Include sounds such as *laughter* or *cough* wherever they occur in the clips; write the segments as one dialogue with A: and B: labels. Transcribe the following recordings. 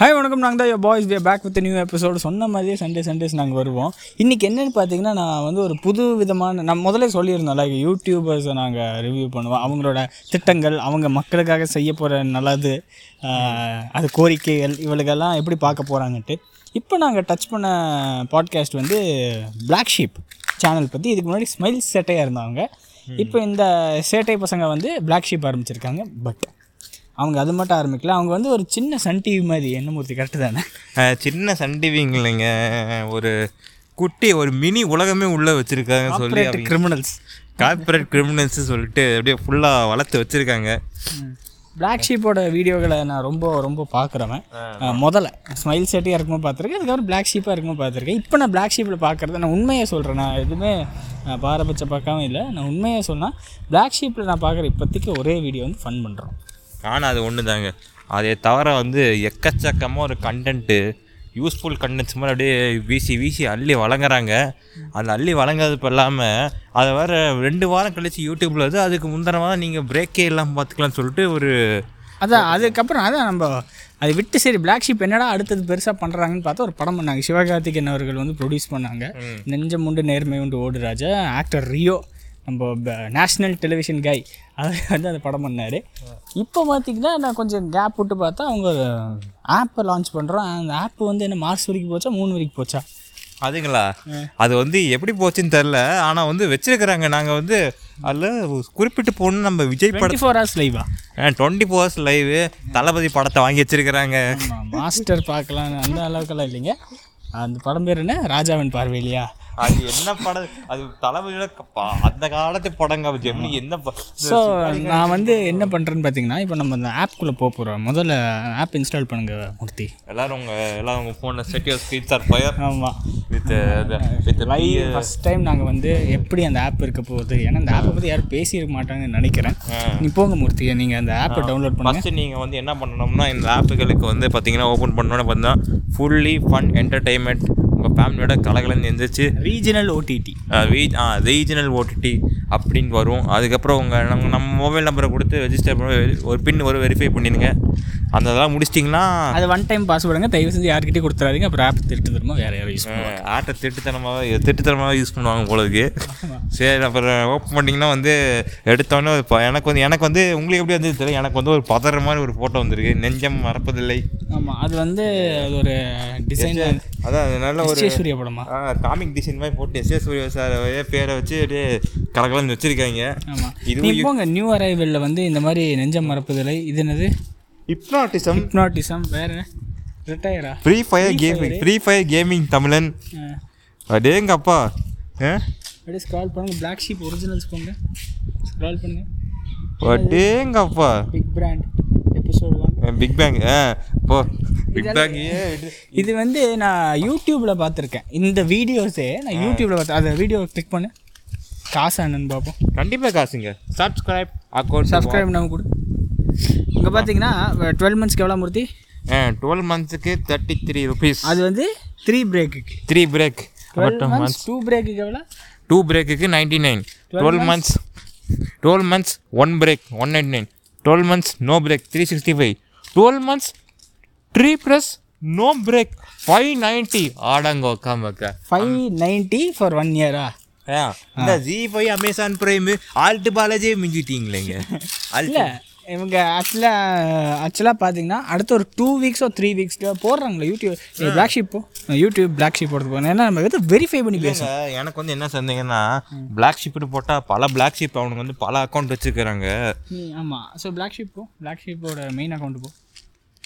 A: Hi வணக்கம் நாங்கள் தான் boys we back with new episode சொன்ன மாதிரியே சண்டே சண்டேஸ் நாங்கள் வருவோம் இன்றைக்கி என்னென்னு பார்த்தீங்கன்னா நான் வந்து ஒரு புது விதமான நான் முதல்ல சொல்லியிருந்தோம் லைக் யூடியூபர்ஸை நாங்கள் ரிவ்யூ பண்ணுவோம் அவங்களோட திட்டங்கள் அவங்க மக்களுக்காக செய்ய போகிற நல்லது ஆஹ், அது கோரிக்கைகள் இவளுக்கெல்லாம் எப்படி பார்க்க போகிறாங்கன்ட்டு இப்போ நாங்கள் டச் பண்ண பாட்காஸ்ட் வந்து Black Sheep சேனல் பற்றி இதுக்கு முன்னாடி ஸ்மைல் சேட்டையாக இருந்தாங்க இப்போ இந்த சேட்டை பசங்க வந்து Black Sheep ஆரம்பிச்சிருக்காங்க பட் அவங்க அது மட்டும் ஆரம்பிக்கல அவங்க வந்து ஒரு சின்ன சன் டிவி மாதிரி என்ன மூர்த்தி கரெக்டு தானே
B: அஹ், சின்ன சன் டிவிங்க இல்லைங்க ஒரு குட்டி ஒரு மினி உலகமே உள்ளே வச்சுருக்காங்க சொல்லி அவங்க
A: கிரிமினல்ஸ்
B: கார்பரேட் கிரிமினல்ஸ் சொல்லிட்டு அப்படியே ஃபுல்லாக வளர்த்து வச்சுருக்காங்க
A: பிளாக் ஷீப்போட வீடியோகளை நான் ரொம்ப ரொம்ப பார்க்குறவன் அஹ், முதல்ல ஸ்மைல் செட்டியாக இருக்கும்போது பார்த்துருக்கேன் அதுக்கப்புறம் பிளாக் ஷீப்பாக இருக்கும்போது பார்த்துருக்கேன் இப்போ நான் பிளாக் ஷீப்பில் பார்க்குறது நான் உண்மையை சொல்கிறேன் நான் எதுவுமே அஹ், பாரபட்சம் பார்க்காம இல்லை நான் உண்மையை சொன்னால் பிளாக் ஷீப்பில் நான் பார்க்குற இப்போதைக்கு ஒரே வீடியோ வந்து ஃபன் பண்ணுறோம்
B: ஆனால் அது ஒன்று தாங்க அதே தவிர வந்து எக்கச்சக்கமாக ஒரு கண்டென்ட்டு யூஸ்ஃபுல் கண்டென்ட்ஸ் மாதிரி அப்படியே வீசி வீசி அள்ளி வழங்குறாங்க அந்த அள்ளி வழங்குறது இப்போ இல்லாமல் அதை வேறு ரெண்டு வாரம் கழித்து யூடியூப்பில் வந்து அதுக்கு முந்தின வாரம் நீங்கள் பிரேக்கே இல்லாமல் பார்த்துக்கலாம்னு சொல்லிட்டு ஒரு
A: அதான் அதுக்கப்புறம் அதான் நம்ம அதை விட்டு சரி பிளாக் ஷீப் என்னடா அடுத்தது பெருசாக பண்ணுறாங்கன்னு பார்த்தா ஒரு படம் பண்ணாங்க சிவகார்த்திகேயன் அவர்கள் வந்து ப்ரொடியூஸ் பண்ணாங்க நெஞ்சம் உண்டு நேர்மை உண்டு ஓடு ராஜா ஆக்டர் ரியோ நம்ம நேஷ்னல் டெலிவிஷன் கை அவர் வந்து அந்த படம் பண்ணார் இப்போ பார்த்தீங்கன்னா நான் கொஞ்சம் கேப் விட்டு பார்த்தா அவங்க ஆப்பை லான்ச் பண்ணுறோம் அந்த ஆப் வந்து என்ன மார்ச் வரைக்கும் போச்சா மூணு வரைக்கும் போச்சா
B: அதுங்களா அது வந்து எப்படி போச்சுன்னு தெரில ஆனால் வந்து வச்சிருக்கிறாங்க நாங்கள் வந்து அதில் குறிப்பிட்டு போகணும் நம்ம விஜய் படம்
A: டுவெண்ட்டி ஃபோர் ஹவர்ஸ் லைவா
B: டுவெண்ட்டி ஹவர்ஸ் லைவ் தளபதி படத்தை வாங்கி வச்சிருக்கிறாங்க
A: மாஸ்டர் பார்க்கலாம் அந்த அளவுக்கெல்லாம் இல்லைங்க அந்த படம் பேர் என்ன ராஜாவின் பார்வையிலையா
B: அது என்ன படம் அது தளபதியோட கப்பா- அந்த காலத்து படங்க ஜெமினி என்ன ப-
A: ஸோ நான் வந்து என்ன பண்ணுறேன்னு பார்த்தீங்கன்னா இப்போ நம்ம இந்த ஆப்குள்ளே போக போகிறோம் முதல்ல ஆப் இன்ஸ்டால் பண்ணுங்க மூர்த்தி
B: எல்லாரும் உங்க எல்லாரும் உங்க ஃபோன்ல set your screens are fire
A: ஆமாம்
B: with with
A: live first time நாங்கள் வந்து எப்படி அந்த ஆப் இருக்க போகுது ஏன்னா அந்த ஆப்பை பற்றி யாரும் பேசியிருக்க மாட்டாங்கன்னு நினைக்கிறேன் நீ போங்க மூர்த்தி நீங்கள் அந்த ஆப்பை டவுன்லோட் பண்ணுங்க
B: ஃபஸ்ட்டு நீங்கள் வந்து என்ன பண்ணணும்னா இந்த ஆப்புகளுக்கு வந்து பார்த்தீங்கன்னா ஓப்பன் பண்ணோன்னு பார்த்தீங்கன்னா ஃபுல்லி ஃபன் என்டர்டைன்மெண்ட் உங்கள் ஃபேமிலியோட கலகலன்னு எந்திரிச்சு
A: ரீஜனல் ஓடிடி
B: ரீஜனல் ஓடிடி அப்படின்னு வரும் அதுக்கப்புறம் உங்கள் நம்ம நம்ம மொபைல் நம்பரை கொடுத்து ரெஜிஸ்டர் பண்ணி ஒரு பின் ஒரு வெரிஃபை பண்ணிடுங்க அந்த இதெல்லாம் முடிச்சிட்டிங்கன்னா
A: அது ஒன் டைம் பாஸ்வேர்டுங்க தயவு செஞ்சு யார்கிட்டயும் கொடுத்துறாதீங்க அப்புறம் ஆப் திருட்டு தருமா வேற யாரும் யூஸ்
B: அஹ், ஆட்டை திட்டுத்தனமாக திட்டுத்தனமாக யூஸ் பண்ணுவாங்க போலருக்கு சரி அப்புறம் ஓப்பன் பண்ணிங்கன்னா வந்து எடுத்தோன்னே ஒரு ப- எனக்கு வந்து எனக்கு வந்து உங்களுக்கு எப்படி வந்து தெரியல எனக்கு வந்து ஒரு பதற மாதிரி ஒரு ஃபோட்டோ வந்திருக்கு நெஞ்சம் மறப்பதில்லை
A: ஆமாம் அது வந்து அது ஒரு டிசைன்
B: அதான் அது நல்ல ஒரு
A: சூரிய படமா
B: காமிக் டிசைன் மாதிரி போட்டு எஸ் சூர்யா சார் பேரை வச்சு அப்படியே கலகலன்னு வச்சுருக்காங்க
A: ஆமாம்
B: இது
A: நீ போங்க நியூ அரைவலில் வந்து இந்த மாதிரி நெஞ்சம் மறப்பதில்லை இது என்னது
B: ஹிப்னாட்டிசம்
A: ஹிப்னாட்டிசம் வேற ரிட்டையரா
B: free fire gaming free fire gaming தமிழன் அடேங்கப்பா ஆ
A: அப்படியே ஸ்க்ரால் பண்ணுங்க பிளாக் ஷீப் ஒரிஜினல்ஸ் போங்க ஸ்க்ரால் பண்ணுங்க
B: அடேங்கப்பா
A: big brand episode one
B: big bang ஆ போ பிக் பேங் ஏ
A: இது வந்து நான் யூடியூப்பில் பார்த்துருக்கேன் இந்த வீடியோஸே நான் யூடியூப்பில் பார்த்தேன் அந்த வீடியோ கிளிக் பண்ணு காசு அண்ணன் பார்ப்போம்
B: கண்டிப்பாக காசுங்க சப்ஸ்கிரைப் அக்கௌண்ட்
A: சப்ஸ்கிரைப் நம்ம கொடு இங்கே பார்த்தீங்கன்னா டுவெல் மந்த்ஸ்க்கு எவ்வளோ மூர்த்தி
B: ஆ டுவெல் மந்த்ஸுக்கு தேர்ட்டி த்ரீ ருபீஸ்
A: அது வந்து த்ரீ பிரேக்குக்கு
B: three break
A: twelve months two பிரேக்குக்கு எவ்வளோ
B: டூ பிரேக்குக்கு ninety nine twelve months twelve months one break one ninety nine twelve months no break three sixty five twelve months three plus no break five ninety ஆடங்க உக்காம உக்கா
A: five ninety for one இயரா
B: இந்த Zee five Amazon Prime Alt பாலாஜே மிஞ்சிட்டீங்களேங்க
A: இல்லை இவங்க ஆக்சுவலாக ஆக்சுவலாக பார்த்தீங்கன்னா அடுத்த ஒரு டூ வீக்ஸோ த்ரீ வீக்ஸ்க்கு போடுறாங்களே யூடியூப் பிளாக் ஷீப்போ யூடியூப் பிளாக் ஷீப் போடுறது போகிறேன் ஏன்னா நம்ம வந்து வெரிஃபை பண்ணி பேசுவோம்
B: இல்லைங்க, எனக்கு வந்து என்ன சந்தேகம்னா பிளாக் ஷிப்னு போட்டால் பல பிளாக் ஷிப் அவனுக்கு வந்து பல அக்கௌண்ட் வச்சுருக்கிறாங்க
A: நீ ஆமாம் ஸோ பிளாக் ஷீப் போ பிளாக் ஷீப்போட மெயின் அக்கௌண்ட் போ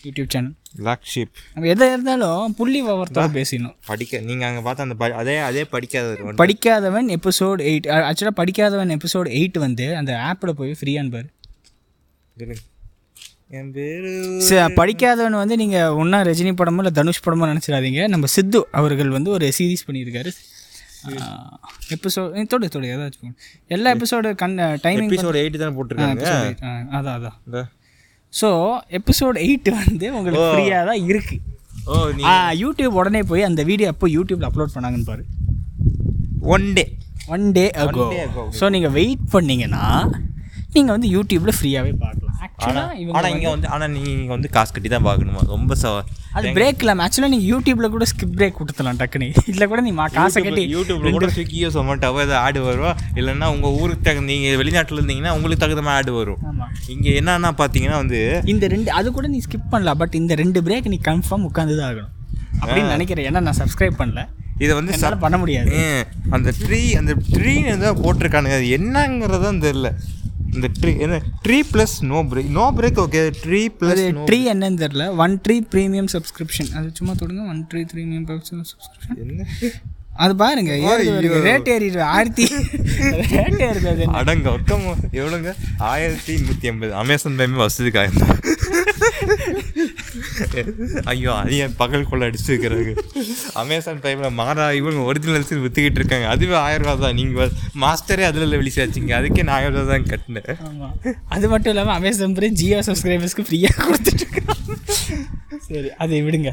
A: யூடியூப் சேனல்
B: பிளாக் ஷிப்
A: நம்ம எதை இருந்தாலும் புள்ளி விவரத்தோடு பேசிடணும்
B: படிக்க நீங்கள் அங்கே பார்த்து அந்த ப- அதே அதே படிக்காதவர் வந்து
A: படிக்காதவன் எபிசோட் எயிட் ஆக்சுவலாக படிக்காதவன் எபிசோட் எயிட் வந்து அந்த ஆப்பில் போய் ஃப்ரீயான் பாரு
B: இருங்க. என் பேர்
A: ச- படிக்காதவன் வந்து நீங்கள் ஒன்றா ரஜினி படமோ இல்லை தனுஷ் படமோ நினச்சிடாதீங்க நம்ம சித்து அவர்கள் வந்து ஒரு சீரிஸ் பண்ணியிருக்காரு எபிசோட் தொடு தொடு ஏதாச்சும் போடு. எல்லா எபிசோடு கண் டைமிங்
B: எபிசோட் எயிட் தானே போட்டிருக்காங்க
A: அதான் அதான்
B: இந்த
A: ஸோ எபிசோட் எயிட் வந்து உங்களுக்கு ஃப்ரீயாக தான் இருக்குது
B: ஓ Oh. நீ
A: யூடியூப் உடனே போய் அந்த வீடியோ அப்போ யூடியூப்பில் அப்லோட் பண்ணாங்கன்னு பாரு
B: one day
A: one day ago
B: ago.
A: So நீங்கள் வெயிட் பண்ணீங்கன்னா நீங்கள் வந்து யூடியூப்பில் ஃப்ரீயாகவே பார்க்கலாம் ஆக்சுவலாக இவங்க
B: ஆனால் இங்கே வந்து ஆனால் நீங்கள் வந்து காசு கட்டி தான் பார்க்கணுமா ரொம்ப ச
A: அது பிரேக் இல்லாமல் ஆக்சுவலாக நீங்கள் யூடியூப்பில் கூட ஸ்கிப் பிரேக் கொடுத்துலாம் டக்குனு இதில் கூட நீ மா- காசை கட்டி
B: யூடியூப்ல கூட ஸ்விக்கியோ சொமேட்டோவோ ஏதோ ஆடு வரும் இல்லைன்னா உங்கள் ஊருக்கு தகுந்த நீங்கள் வெளிநாட்டில் இருந்தீங்கன்னா உங்களுக்கு தகுந்த மாதிரி ஆடு வரும்
A: ஆமாம்
B: இங்கே என்னன்னா பார்த்தீங்கன்னா வந்து
A: இந்த ரெண்டு அது கூட நீ ஸ்கிப் பண்ணலாம் பட் இந்த ரெண்டு பிரேக் நீ கன்ஃபார்ம் உட்காந்து தான் ஆகணும் அப்படின்னு நினைக்கிறேன் ஏன்னா நான் சப்ஸ்கிரைப் பண்ணல
B: இதை வந்து
A: என்னால பண்ண முடியாது
B: ஏன், அந்த ட்ரீ அந்த ட்ரீன்னு தான் போட்டிருக்கானுங்க அது என்னங்கிறதும் தெரில இந்த ட்ரீ என்ன three plus no break no break okay three plus
A: three என்னன்னு தெரியல ஒன் ட்ரீ ப்ரீமியம் சப்ஸ்கிரிப்ஷன் அது சும்மா தொடுங்க ஒன் ட்ரீ ப்ரீமியம் சப்ஸ்கிரிப்ஷன்
B: என்ன
A: அது பாருங்க ரேட் ஏறி ஆயிரத்தி ரேட் ஏறுது
B: அடங்க ஒக்கம் எவ்வளோங்க ஆயிரத்தி நூற்றி ஐம்பது அமேசான் பேமே வசதிக்காக ஐயோ அதையும் பகல் கொள்ள அடிச்சிருக்கிறாங்க அமேசான் பேமில் மாறா இவங்க ஒரிஜினல்ஸ் விற்றுக்கிட்டு இருக்காங்க அதுவே ஆயிரம் ரூபா தான் நீங்கள் மாஸ்டரே அதில் வெளிச்சாச்சிங்க அதுக்கே நான் ஆயிரம் ரூபா தான் கட்டினேன்
A: ஆமாம் அது மட்டும் இல்லாமல் அமேசான் பிரிம் ஜியோ சப்ஸ்கிரைபர்ஸ்க்கு ஃப்ரீயாக கொடுத்துட்டு இருக்கான். சரி அதை விடுங்க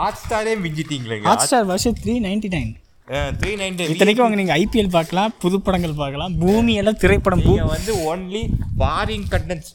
B: ஹாட் ஸ்டாரே மிஞ்சிட்டீங்களேங்க
A: ஹாட் ஸ்டார் வருஷம் three ninety nine
B: three ninety
A: இத்தனைக்கும் அவங்க நீங்கள் ஐபிஎல் பார்க்கலாம் புது படங்கள் பார்க்கலாம் பூமியெல்லாம் திரைப்படம் பூ
B: நீங்கள் வந்து only foreign contents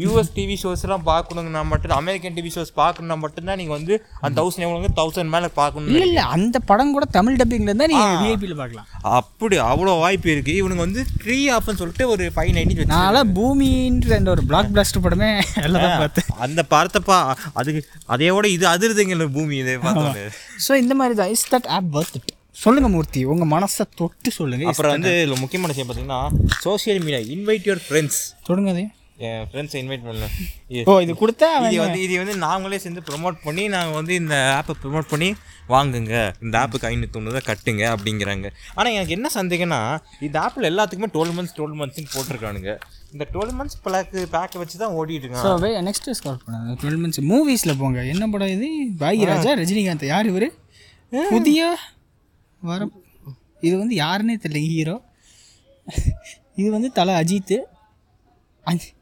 B: US TV ஷோஸ்லாம் பார்க்கணுங்கன்னா மட்டும் அமெரிக்கன் டிவி ஷோஸ் பார்க்கணுன்னா மட்டும்தான் நீங்கள் வந்து அந்த தௌசண்ட் எவ்வளோங்க தௌசண்ட் மேலே பார்க்கணும்
A: இல்லை இல்லை அந்த படம் கூட தமிழ் டப்பிங்கில் இருந்தால் நீங்கள் விஐபியில் பார்க்கலாம்
B: அப்படி அவ்வளோ வாய்ப்பு இருக்கு இவனுங்க வந்து ஃப்ரீ ஆப்னு சொல்லிட்டு ஒரு ஃபைவ் நைன்டி
A: நான் பூமின்ற அந்த ஒரு பிளாக் பிளாஸ்டர் படமே எல்லாம் தான் பார்த்தேன்
B: அந்த பார்த்தப்பா அதுக்கு அதையோட இது அதிர்துங்க பூமி இதை பார்த்தோன்னு
A: ஸோ இந்த மாதிரி தான் is that app worth it சொல்லுங்க மூர்த்தி உங்க மனசை தொட்டு சொல்லுங்க
B: அப்புறம் வந்து இதுல முக்கியமான விஷயம் பார்த்தீங்கன்னா social media invite your friends
A: தொடுங்க அதே
B: என் ஃப்ரெண்ட்ஸை இன்வைட் பண்ணல
A: ஓ இது கொடுத்தா அவன்
B: இது வந்து இது வந்து நாங்களே சேர்ந்து ப்ரோமோட் பண்ணி நாங்கள் வந்து இந்த ஆப்பை ப்ரோமோட் பண்ணி வாங்குங்க இந்த ஆப்புக்கு ஐநூற்றொன்று கட்டுங்க அப்படிங்கிறாங்க ஆனால் எனக்கு என்ன சந்தேகம்னா இந்த ஆப்பில் எல்லாத்துக்குமே டுவெல் மந்த்ஸ் டுவெல் மந்த்ஸ்னு போட்டிருக்கானுங்க இந்த டுவெல் மந்த்ஸ் பிளாக்கு பேக்கை வச்சு தான் ஓடிட்டு இருக்கான்
A: ஸோ வே நெக்ஸ்ட் ஸ்கால் பண்ணாங்க டுவெல் மந்த்ஸ் மூவிஸில் போங்க என்ன படம் இது பாகிராஜா ரஜினிகாந்த் யார் இவர் புதிய வர இது வந்து யாருன்னே தெரியல ஹீரோ இது வந்து தலை அஜித்து அஜி-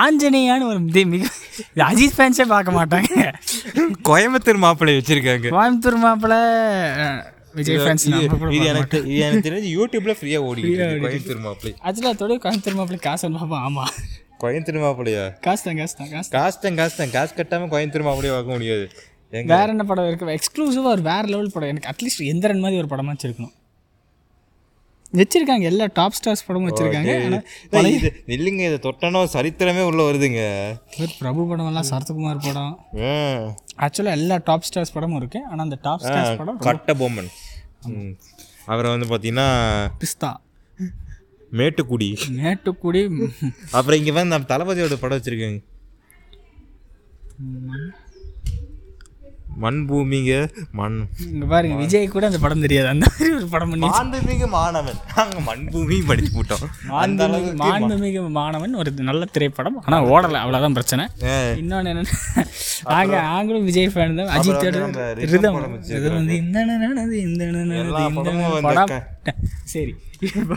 A: ஆஞ்சநேயான்னு ஒரு மிக- மிக இது அஜித் ஃபேன்ஸே பார்க்க மாட்டாங்க
B: கோயம்புத்தூர் மாப்பிள்ளை வச்சிருக்காங்க
A: கோயம்புத்தூர் மாப்பிள்ள அஹ், விஜய் ஃபேன்ஸ்
B: இது எனக்கு இது எனக்கு தெரிஞ்சு யூடியூப்ல ஃப்ரீயாக ஓடிக்கிட்டு இருக்கு கோயம்புத்தூர் மாப்பிள்ளை
A: ஆக்சுவலாக அதோட கோயம்புத்தூர் மாப்பிள்ள காசு பார்ப்போம் ஆமாம்
B: கோயம்புத்தூர் மாப்பிள்ளையா
A: காசு தான் காசு தான் காசு தான்.
B: காசு தான் காசு தான் காசு கட்டாமல் கோயம்புத்தூர் மாப்பிள்ளையை வாங்க முடியாது எங்க
A: வேற என்ன படம் இருக்கு எக்ஸ்க்ளூசிவாக ஒரு வேற லெவல் படம் எனக்கு அட்லீஸ்ட் எந்திரன் மாதிரி ஒரு படமா வச்சிருக்கணும் வச்சிருக்காங்க எல்லா டாப் ஸ்டார்ஸ் படமும் வச்சிருக்காங்க ஆனா
B: இது நில்லுங்க இதை தொட்டனோ சரித்திரமே உள்ள வருதுங்க
A: ஒரு பிரபு படம் எல்லாம் சரத்குமார் படம்
B: ஆ.
A: ஆக்சுவலாக எல்லா டாப் ஸ்டார்ஸ் படமும் இருக்கு ஆனால் அந்த டாப் ஸ்டார்ஸ் படம்
B: கட்ட பொம்மன் ம். அப்புறம் வந்து பார்த்தீங்கன்னா
A: பிஸ்தா
B: மேட்டுக்குடி
A: மேட்டுக்குடி
B: அப்புறம் இங்கே வந்து நம்ம தளபதியோட படம் வச்சுருக்கேங்க மண் பூமிங்க மண்
A: இங்க பாருங்க விஜய் கூட அந்த படம் தெரியாது அந்த மாதிரி ஒரு படம் பண்ணி
B: மாண்புமிகு மாணவன் நாங்கள் மண் பூமி படிச்சு போட்டோம் அந்த அளவுக்கு
A: மாண்புமிகு மாணவன் ஒரு நல்ல திரைப்படம் ஆனால் ஓடலை அவ்வளோதான் பிரச்சனை
B: ஆ.
A: இன்னொன்னு என்னன்னா நாங்க நாங்களும் விஜய் ஃபேன் தான் அஜித்தோட
B: நம்ம ரிதம்
A: ரிதம்
B: படம்
A: இது வந்து இந்த நடனது, இந்த நடனது,
B: எல்லா
A: இந்த
B: படமும்
A: நடனது,
B: வந்து
A: படம். சரி இப்போ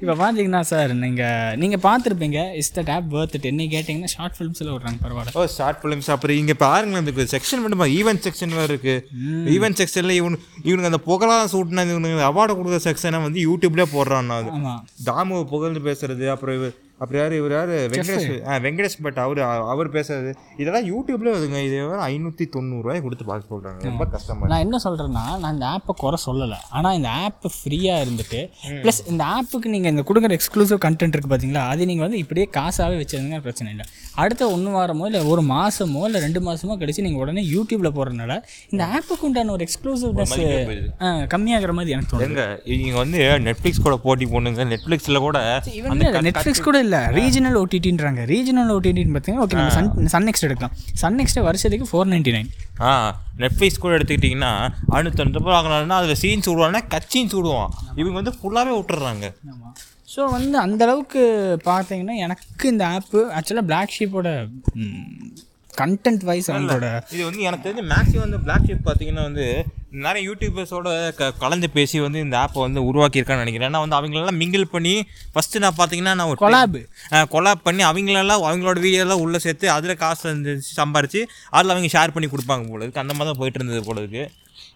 A: இப்போ பார்த்தீங்கன்னா சார் நீங்கள் நீங்கள் பார்த்துருப்பீங்க is the app worth it என்ன கேட்டிங்கன்னா ஷார்ட் ஃபிலிம்ஸில் விட்றாங்க பரவாயில்ல
B: ஓ ஷார்ட் ஃபிலிம்ஸ் அப்புறம் இங்கே பாருங்களேன் இந்த செக்ஷன் மட்டும் ஈவென்ட் செக்ஷன் வேறு இருக்குது ஈவென்ட் செக்ஷனில் இவனு இவனுக்கு அந்த புகழாக சூட்டின இவனுக்கு அவார்டு கொடுக்குற செக்ஷனை வந்து யூடியூப்லேயே போடுறான்னா அது
A: ஆமாம்
B: தாமுவை புகழ்ந்து பேசுறது அப்புறம் இவர் அப்புறம் யார் இவர் யார் வெங்கடேஷ் ஆ வெங்கடேஷ் பட் அவர் அவர் பேசுறது இதெல்லாம் யூடியூப்ல வருதுங்க இது ஐநூற்றி தொண்ணூறுரூவாய் கொடுத்து பார்க்க சொல்கிறாங்க ரொம்ப கஷ்டமா
A: நான் என்ன சொல்கிறேன்னா நான் இந்த ஆப்பை குறை சொல்லலை ஆனால் இந்த ஆப்பு ஃப்ரீயாக இருந்துட்டு ப்ளஸ் இந்த ஆப்புக்கு நீங்கள் இந்த கொடுக்குற எக்ஸ்க்ளூசிவ் கண்டென்ட் இருக்குது பார்த்தீங்களா அது நீங்கள் வந்து இப்படியே காசாகவே வச்சிருந்தீங்க பிரச்சனை இல்லை அடுத்த ஒன்று வாரமோ இல்லை ஒரு மாதமோ இல்லை ரெண்டு மாதமோ கழிச்சு நீங்கள் உடனே யூடியூப்பில் போடுறதுனால இந்த ஆப்புக்கு உண்டான ஒரு எக்ஸ்க்ளூசிவ்னஸ்
B: போயிடுது.
A: கம்மியாகிற மாதிரி எனக்கு தோணுது
B: எங்க இவங்க வந்து நெட்ஃப்ளிக்ஸ் கூட போட்டி போடுங்க நெட்ஃப்ளிக்ஸில் கூட
A: இவங்க நெட்ஃப்ளிக்ஸ் கூட இல்லை ரீஜனல் ஓடிடின்றாங்க ரீஜனல் ஓடிடின்னு பார்த்தீங்கன்னா ஓகே நம்ம சன் சன் நெக்ஸ்ட் எடுக்கலாம் சன் நெக்ஸ்ட் வருஷத்துக்கு ஃபோர் நைன்டி நைன்
B: ஆ நெட்ஃப்ளிக்ஸ் கூட எடுத்துக்கிட்டிங்கன்னா அறுநூத்தொண்ணூறு ரூபாய் வாங்கினாருன்னா அதில் சீன்ஸ் விடுவாங்கன்னா கட் சீன்ஸ் விடுவான் இவங்க வந்து ஃபுல்லாகவே விட்டுறாங்க
A: ஸோ வந்து அந்த அளவுக்கு பார்த்தீங்கன்னா எனக்கு இந்த ஆப்பு ஆக்சுவலாக பிளாக் ஷீப்போட கண்டென்ட் வைஸ் அவங்களோட
B: இது வந்து எனக்கு தெரிஞ்சு மேக்ஸிமம் வந்து பிளாக் ஷிப் பார்த்தீங்கன்னா வந்து நிறைய யூடியூபர்ஸோட க கலந்து பேசி வந்து இந்த ஆப்பை வந்து உருவாக்கியிருக்கான்னு நினைக்கிறேன் ஏன்னா வந்து அவங்களெல்லாம் மிங்கிள் பண்ணி ஃபஸ்ட்டு நான் பார்த்தீங்கன்னா நான் ஒரு
A: கொலாபு
B: கொலாப் பண்ணி அவங்களெல்லாம் அவங்களோட வீடியோலாம் உள்ளே சேர்த்து அதில் காசு வந்து சம்பாரித்து அதில் அவங்க ஷேர் பண்ணி கொடுப்பாங்க போல இருக்கு அந்த மாதிரி தான் போயிட்டு இருந்தது போல இருக்கு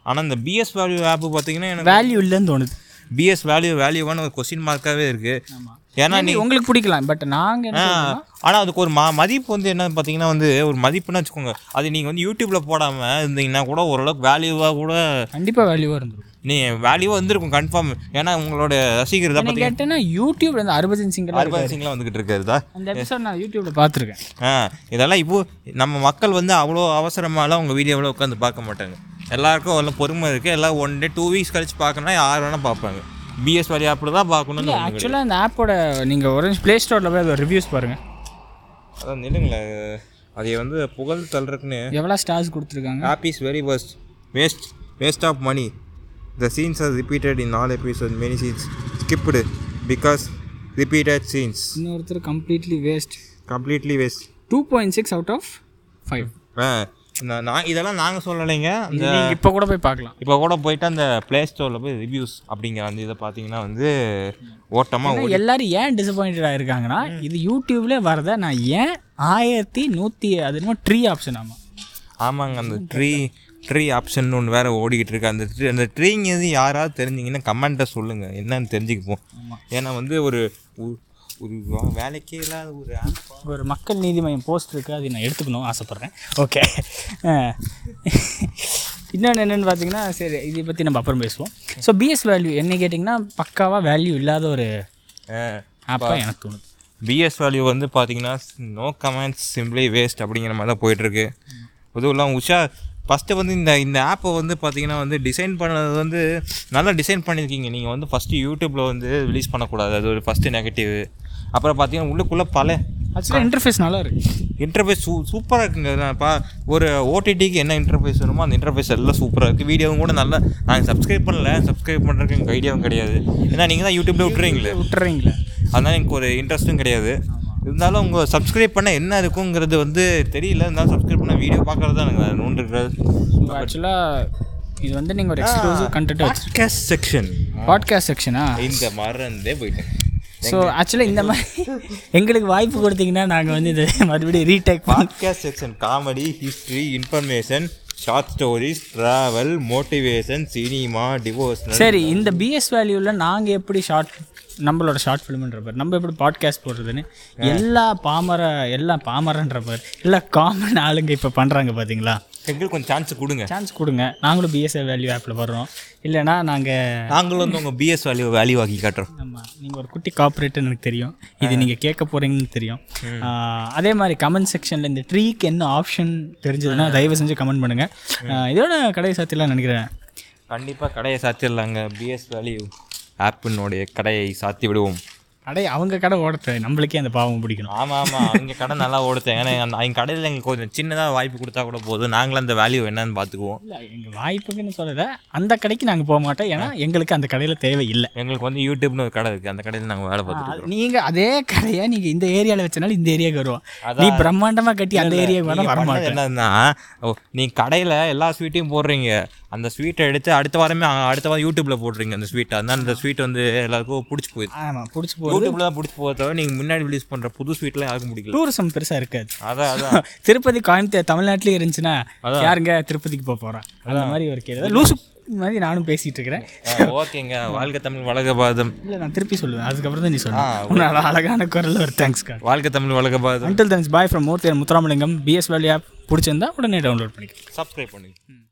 B: ஆனால் இந்த பிஎஸ் வேல்யூ ஆப்பு பார்த்தீங்கன்னா எனக்கு
A: வேல்யூ இல்லைன்னு தோணுது
B: பிஎஸ் வேல்யூ வேல்யூவான ஒரு கொஸ்டின் மார்க்காகவே இருக்குது ஏன்னா நீ
A: உங்களுக்கு பிடிக்கலாம் பட் நாங்க என்ன சொல்றோம்னா,
B: ஆனால் அதுக்கு ஒரு ம மதிப்பு வந்து என்ன பார்த்தீங்கன்னா வந்து ஒரு மதிப்புன்னு வச்சுக்கோங்க அது நீங்கள் வந்து யூடியூப்பில் போடாமல் இருந்தீங்கன்னா கூட ஓரளவுக்கு வேல்யூவாக கூட
A: கண்டிப்பா வேல்யூவா இருந்திருக்கும்
B: நீ வேல்யூவாக வந்திருக்கும் கன்ஃபார்ம் ஏன்னா உங்களோட ரசிகர் தான்
A: என்ன கேட்டேன்னா யூடியூப்ல இருந்து அர்பஜன் சிங் எல்லாம்
B: பார்த்தீங்கன்னா சிங்லாம் வந்துக்கிட்டு இருக்கிறதா
A: அந்த எபிசோட் நான் யூடியூப்ல பார்த்துருக்கேன்
B: ஆ இதெல்லாம் இப்போ நம்ம மக்கள் வந்து அவ்வளோ அவசரமாலாம் உங்கள் வீடியோவில் உட்காந்து பார்க்க மாட்டாங்க எல்லாருக்கும் எல்லாம் பொறுமை இருக்குது எல்லாம் ஒன் டே டூ வீக்ஸ் கழிச்சு பார்க்கணும்னா யார் வேணால் பார்ப்பாங்க பிஎஸ் வேலையை அப்படி தான் பார்க்கணும்னு ஒண்ணு கிடையாது.
A: ஆக்சுவலாக அந்த ஆப்போட நீங்க ஒரேஞ்ச் ப்ளே ஸ்டோரில் போய் அதோட ரிவ்யூஸ் பாருங்க
B: அதான் நில்லுங்களேன் அதை வந்து புகழ் தள்ளுறதுக்குன்னு
A: எவ்வளோ ஸ்டார்ஸ் கொடுத்துருக்காங்க
B: app is very worst waste waste of money the scenes are repeated in all episode many scenes skipped because repeated scenes
A: இன்னொருத்தர் completely waste
B: completely waste
A: two point six out of five
B: நான் இதெல்லாம் நாங்கள் சொல்லலைங்க அந்த
A: நீங்கள் இப்போ கூட போய் பார்க்கலாம்
B: இப்போ கூட போயிட்டு அந்த ப்ளே ஸ்டோரில் போய் ரிவ்யூஸ் அப்படிங்கிற அந்த இதை பார்த்தீங்கன்னா வந்து ஓட்டமாக
A: ஆனா எல்லாரும் ஏன் டிசப்பாயிண்டட் ஆயிருக்காங்கன்னா இது யூடியூப்ல வரத நான் ஏன் ஆயிரத்தி நூற்றி அது என்னமோ ட்ரீ ஆப்ஷன் ஆமா
B: ஆமாங்க அந்த ட்ரீ ட்ரீ ஆப்ஷன் ஒன்று வேறு ஓடிக்கிட்டு இருக்கு அந்த ட்ரீ அந்த ட்ரீங்கிறது யாராவது தெரிஞ்சிங்கன்னா கமெண்ட்டை சொல்லுங்கள் என்னன்னு தெரிஞ்சுக்குவோம் ஏன்னா வந்து ஒரு ஒரு- ஒரு வா- வேலைக்கே இல்லாத ஒரு ஆப்
A: ஒரு மக்கள் நீதி மையம் போஸ்ட் இருக்கு அதை நான் எடுத்துக்கணும் ஆசைப்பட்றேன் ஓகே இன்னொன்று என்னென்னு பார்த்தீங்கன்னா சரி இதை பற்றி நம்ம அப்புறம் பேசுவோம் ஸோ பிஎஸ் வேல்யூ என்ன கேட்டிங்கன்னா பக்காவாக வேல்யூ இல்லாத ஒரு ஆப்பாக எனக்கு தோணுது
B: பிஎஸ் வேல்யூ வந்து பார்த்தீங்கன்னா நோ கமெண்ட்ஸ் சிம்பிளி வேஸ்ட் அப்படிங்கிற மாதிரி தான் போயிட்டுருக்கு அதுவும் இல்லாமல் உஷா ஃபஸ்ட்டு வந்து இந்த இந்த ஆப்பை வந்து பார்த்தீங்கன்னா வந்து டிசைன் பண்ணது வந்து நல்லா டிசைன் பண்ணியிருக்கீங்க நீங்கள் வந்து ஃபஸ்ட்டு யூடியூப்பில் வந்து ரிலீஸ் பண்ணக்கூடாது அது ஒரு ஃபஸ்ட்டு நெகட்டிவ் அப்புறம் பார்த்தீங்கன்னா உள்ளுக்குள்ளே பல
A: ஆக்சுவலாக இன்டர்ஃபேஸ் நல்லா இருக்கு
B: இன்டர்ஃபேஸ் சூ சூப்பராக இருக்குங்க நான் பா ஒரு ஓடிடிக்கு என்ன இன்டர்ஃபேஸ் வேணுமோ அந்த இன்டர்ஃபேஸ் எல்லாம் சூப்பராக இருக்குது வீடியோவும் கூட நல்லா நாங்கள் சப்ஸ்கிரைப் பண்ணல சப்ஸ்கிரைப் பண்ணுறதுக்கு எங்கள் ஐடியாவும் கிடையாது ஏன்னா நீங்கள் தான் யூடியூப்பில் விட்டுறீங்களே
A: விட்டுறீங்களா
B: அதனால் எனக்கு ஒரு இன்ட்ரெஸ்ட்டும் கிடையாது இருந்தாலும் உங்கள் சப்ஸ்கிரைப் பண்ண என்ன இருக்குங்கிறது வந்து தெரியல இருந்தாலும் சப்ஸ்கிரைப் பண்ண வீடியோ பார்க்குறது தான் எனக்கு நோண்டு இருக்கிறது
A: ஆக்சுவலாக இது வந்து நீங்கள் ஒரு எக்ஸ்க்ளூசிவ் கண்டென்ட் வச்சு
B: பாட்காஸ்ட் செக்ஷன்
A: பாட்காஸ்ட் செக்ஷனா
B: இந்த மறந்தே போயிட்டேன்
A: ஸோ ஆக்சுவலாக இந்த மாதிரி எங்களுக்கு வாய்ப்பு கொடுத்தீங்கன்னா நாங்கள் வந்து இது மறுபடியும் ரீடேக் பண்ணோம்
B: podcast section comedy history information short stories travel motivation cinema devotional
A: சரி இந்த பிஎஸ் வேல்யூவில் நாங்கள் எப்படி ஷார்ட் நம்மளோட ஷார்ட் ஃபிலிம்ன்ற பேர் நம்ம எப்படி பாட்காஸ்ட் போடுறதுன்னு எல்லா பாமர எல்லா பாமரன்ற பேர் எல்லா காமன் ஆளுங்க இப்போ பண்ணுறாங்க பார்த்தீங்களா
B: எங்களுக்கு கொஞ்சம் சான்ஸ் கொடுங்க
A: சான்ஸ் கொடுங்க நாங்களும் பிஎஸ்ஏ வேல்யூ ஆப்பில் வர்றோம் இல்லைனா நாங்கள்
B: நாங்களும் வந்து உங்கள் பிஎஸ் வேல்யூ வேல்யூ ஆக்கி காட்டுறோம்
A: ஆமாம் நீங்கள் ஒரு குட்டி கார்பரேட்டுன்னு எனக்கு தெரியும் இது நீங்கள் கேட்க போகிறீங்கன்னு தெரியும் ஆஹ், அதே மாதிரி கமெண்ட் செக்ஷனில் இந்த ட்ரீக்கு என்ன ஆப்ஷன் தெரிஞ்சதுன்னா தயவு செஞ்சு கமெண்ட் பண்ணுங்கள் இதோட கடை சாத்திலாம் நினைக்கிறேன்
B: கண்டிப்பாக கடையை சாத்திடலாங்க பிஎஸ் வேல்யூ ஆப்பினுடைய கடையை சாத்தி விடுவோம்
A: கடை அவங்க கடை ஓடத்தை நம்மளுக்கே அந்த பாவம் பிடிக்கணும்
B: ஆமாம் ஆமாம் அவங்க கடை நல்லா ஓடுத்தேன் ஏன்னா அந்த அவங்க கடையில் எங்களுக்கு கொஞ்சம் சின்னதாக வாய்ப்பு கொடுத்தா கூட போதும் நாங்களும் அந்த வேல்யூ என்னன்னு பார்த்துக்குவோம்
A: இல்லை எங்கள் வாய்ப்புக்குன்னு சொல்லலை அந்த கடைக்கு நாங்கள் போக மாட்டோம் ஏன்னா எங்களுக்கு அந்த கடையில் தேவை இல்லை
B: எங்களுக்கு வந்து யூடியூப்னு ஒரு கடை இருக்குது அந்த கடையில் நாங்கள் வேலை பார்த்துருக்கோம்
A: நீங்கள் அதே கடையை நீங்கள் இந்த ஏரியாவில் வச்சனால இந்த ஏரியாவுக்கு வருவோம் நீ பிரம்மாண்டமாக கட்டி அந்த ஏரியாவுக்கு வேணால் வர மாட்டேன்
B: என்னன்னா ஓ நீ கடையில் எல்லா ஸ்வீட்டையும் போடுறீங்க அந்த ஸ்வீட்டை எடுத்து அடுத்த வாரமே அ- அடுத்த வாரம் யூடியூப்பில் போடுறீங்க அந்த ஸ்வீட்டை அதனால அந்த ஸ்வீட் வந்து எல்லாருக்கும் பிடிச்சி போயிடுது
A: ஆமாம் பிடிச்சி போகுது
B: யூடியூப்பில் தான் பிடிச்சி போகிறத தவிர நீங்கள் முன்னாடி ரிலீஸ் பண்ணுற புது ஸ்வீட்லாம் யாருக்கும் பிடிக்கல
A: டூரிசம் பெருசாக இருக்காது
B: அதான் அதான்
A: *laughs* திருப்பதி கோயம்புத்தூர் தமிழ்நாட்டிலே இருந்துச்சுன்னா யாருங்க திருப்பதிக்கு போக போறா அந்த மாதிரி ஒரு கேள்வி லூசு மாதிரி நானும் பேசிட்டு இருக்கிறேன்
B: ஓகேங்க வாழ்க தமிழ் வளக பாதம்
A: இல்ல நான் திருப்பி சொல்லுவேன் அதுக்கப்புறம் தான் நீ சொல்லுவேன் உன்னால அழகான குரல்ல ஒரு தேங்க்ஸ் கார்டு
B: வாழ்க தமிழ் வளக பாதம்
A: until thanks bye from Moorthiyar Muthuramalingam PS value app பிடிச்சிருந்தா உடனே டவுன்லோட் பண்ணிக்கலாம்
B: சப்ஸ்கிரைப் பண்ணுங்க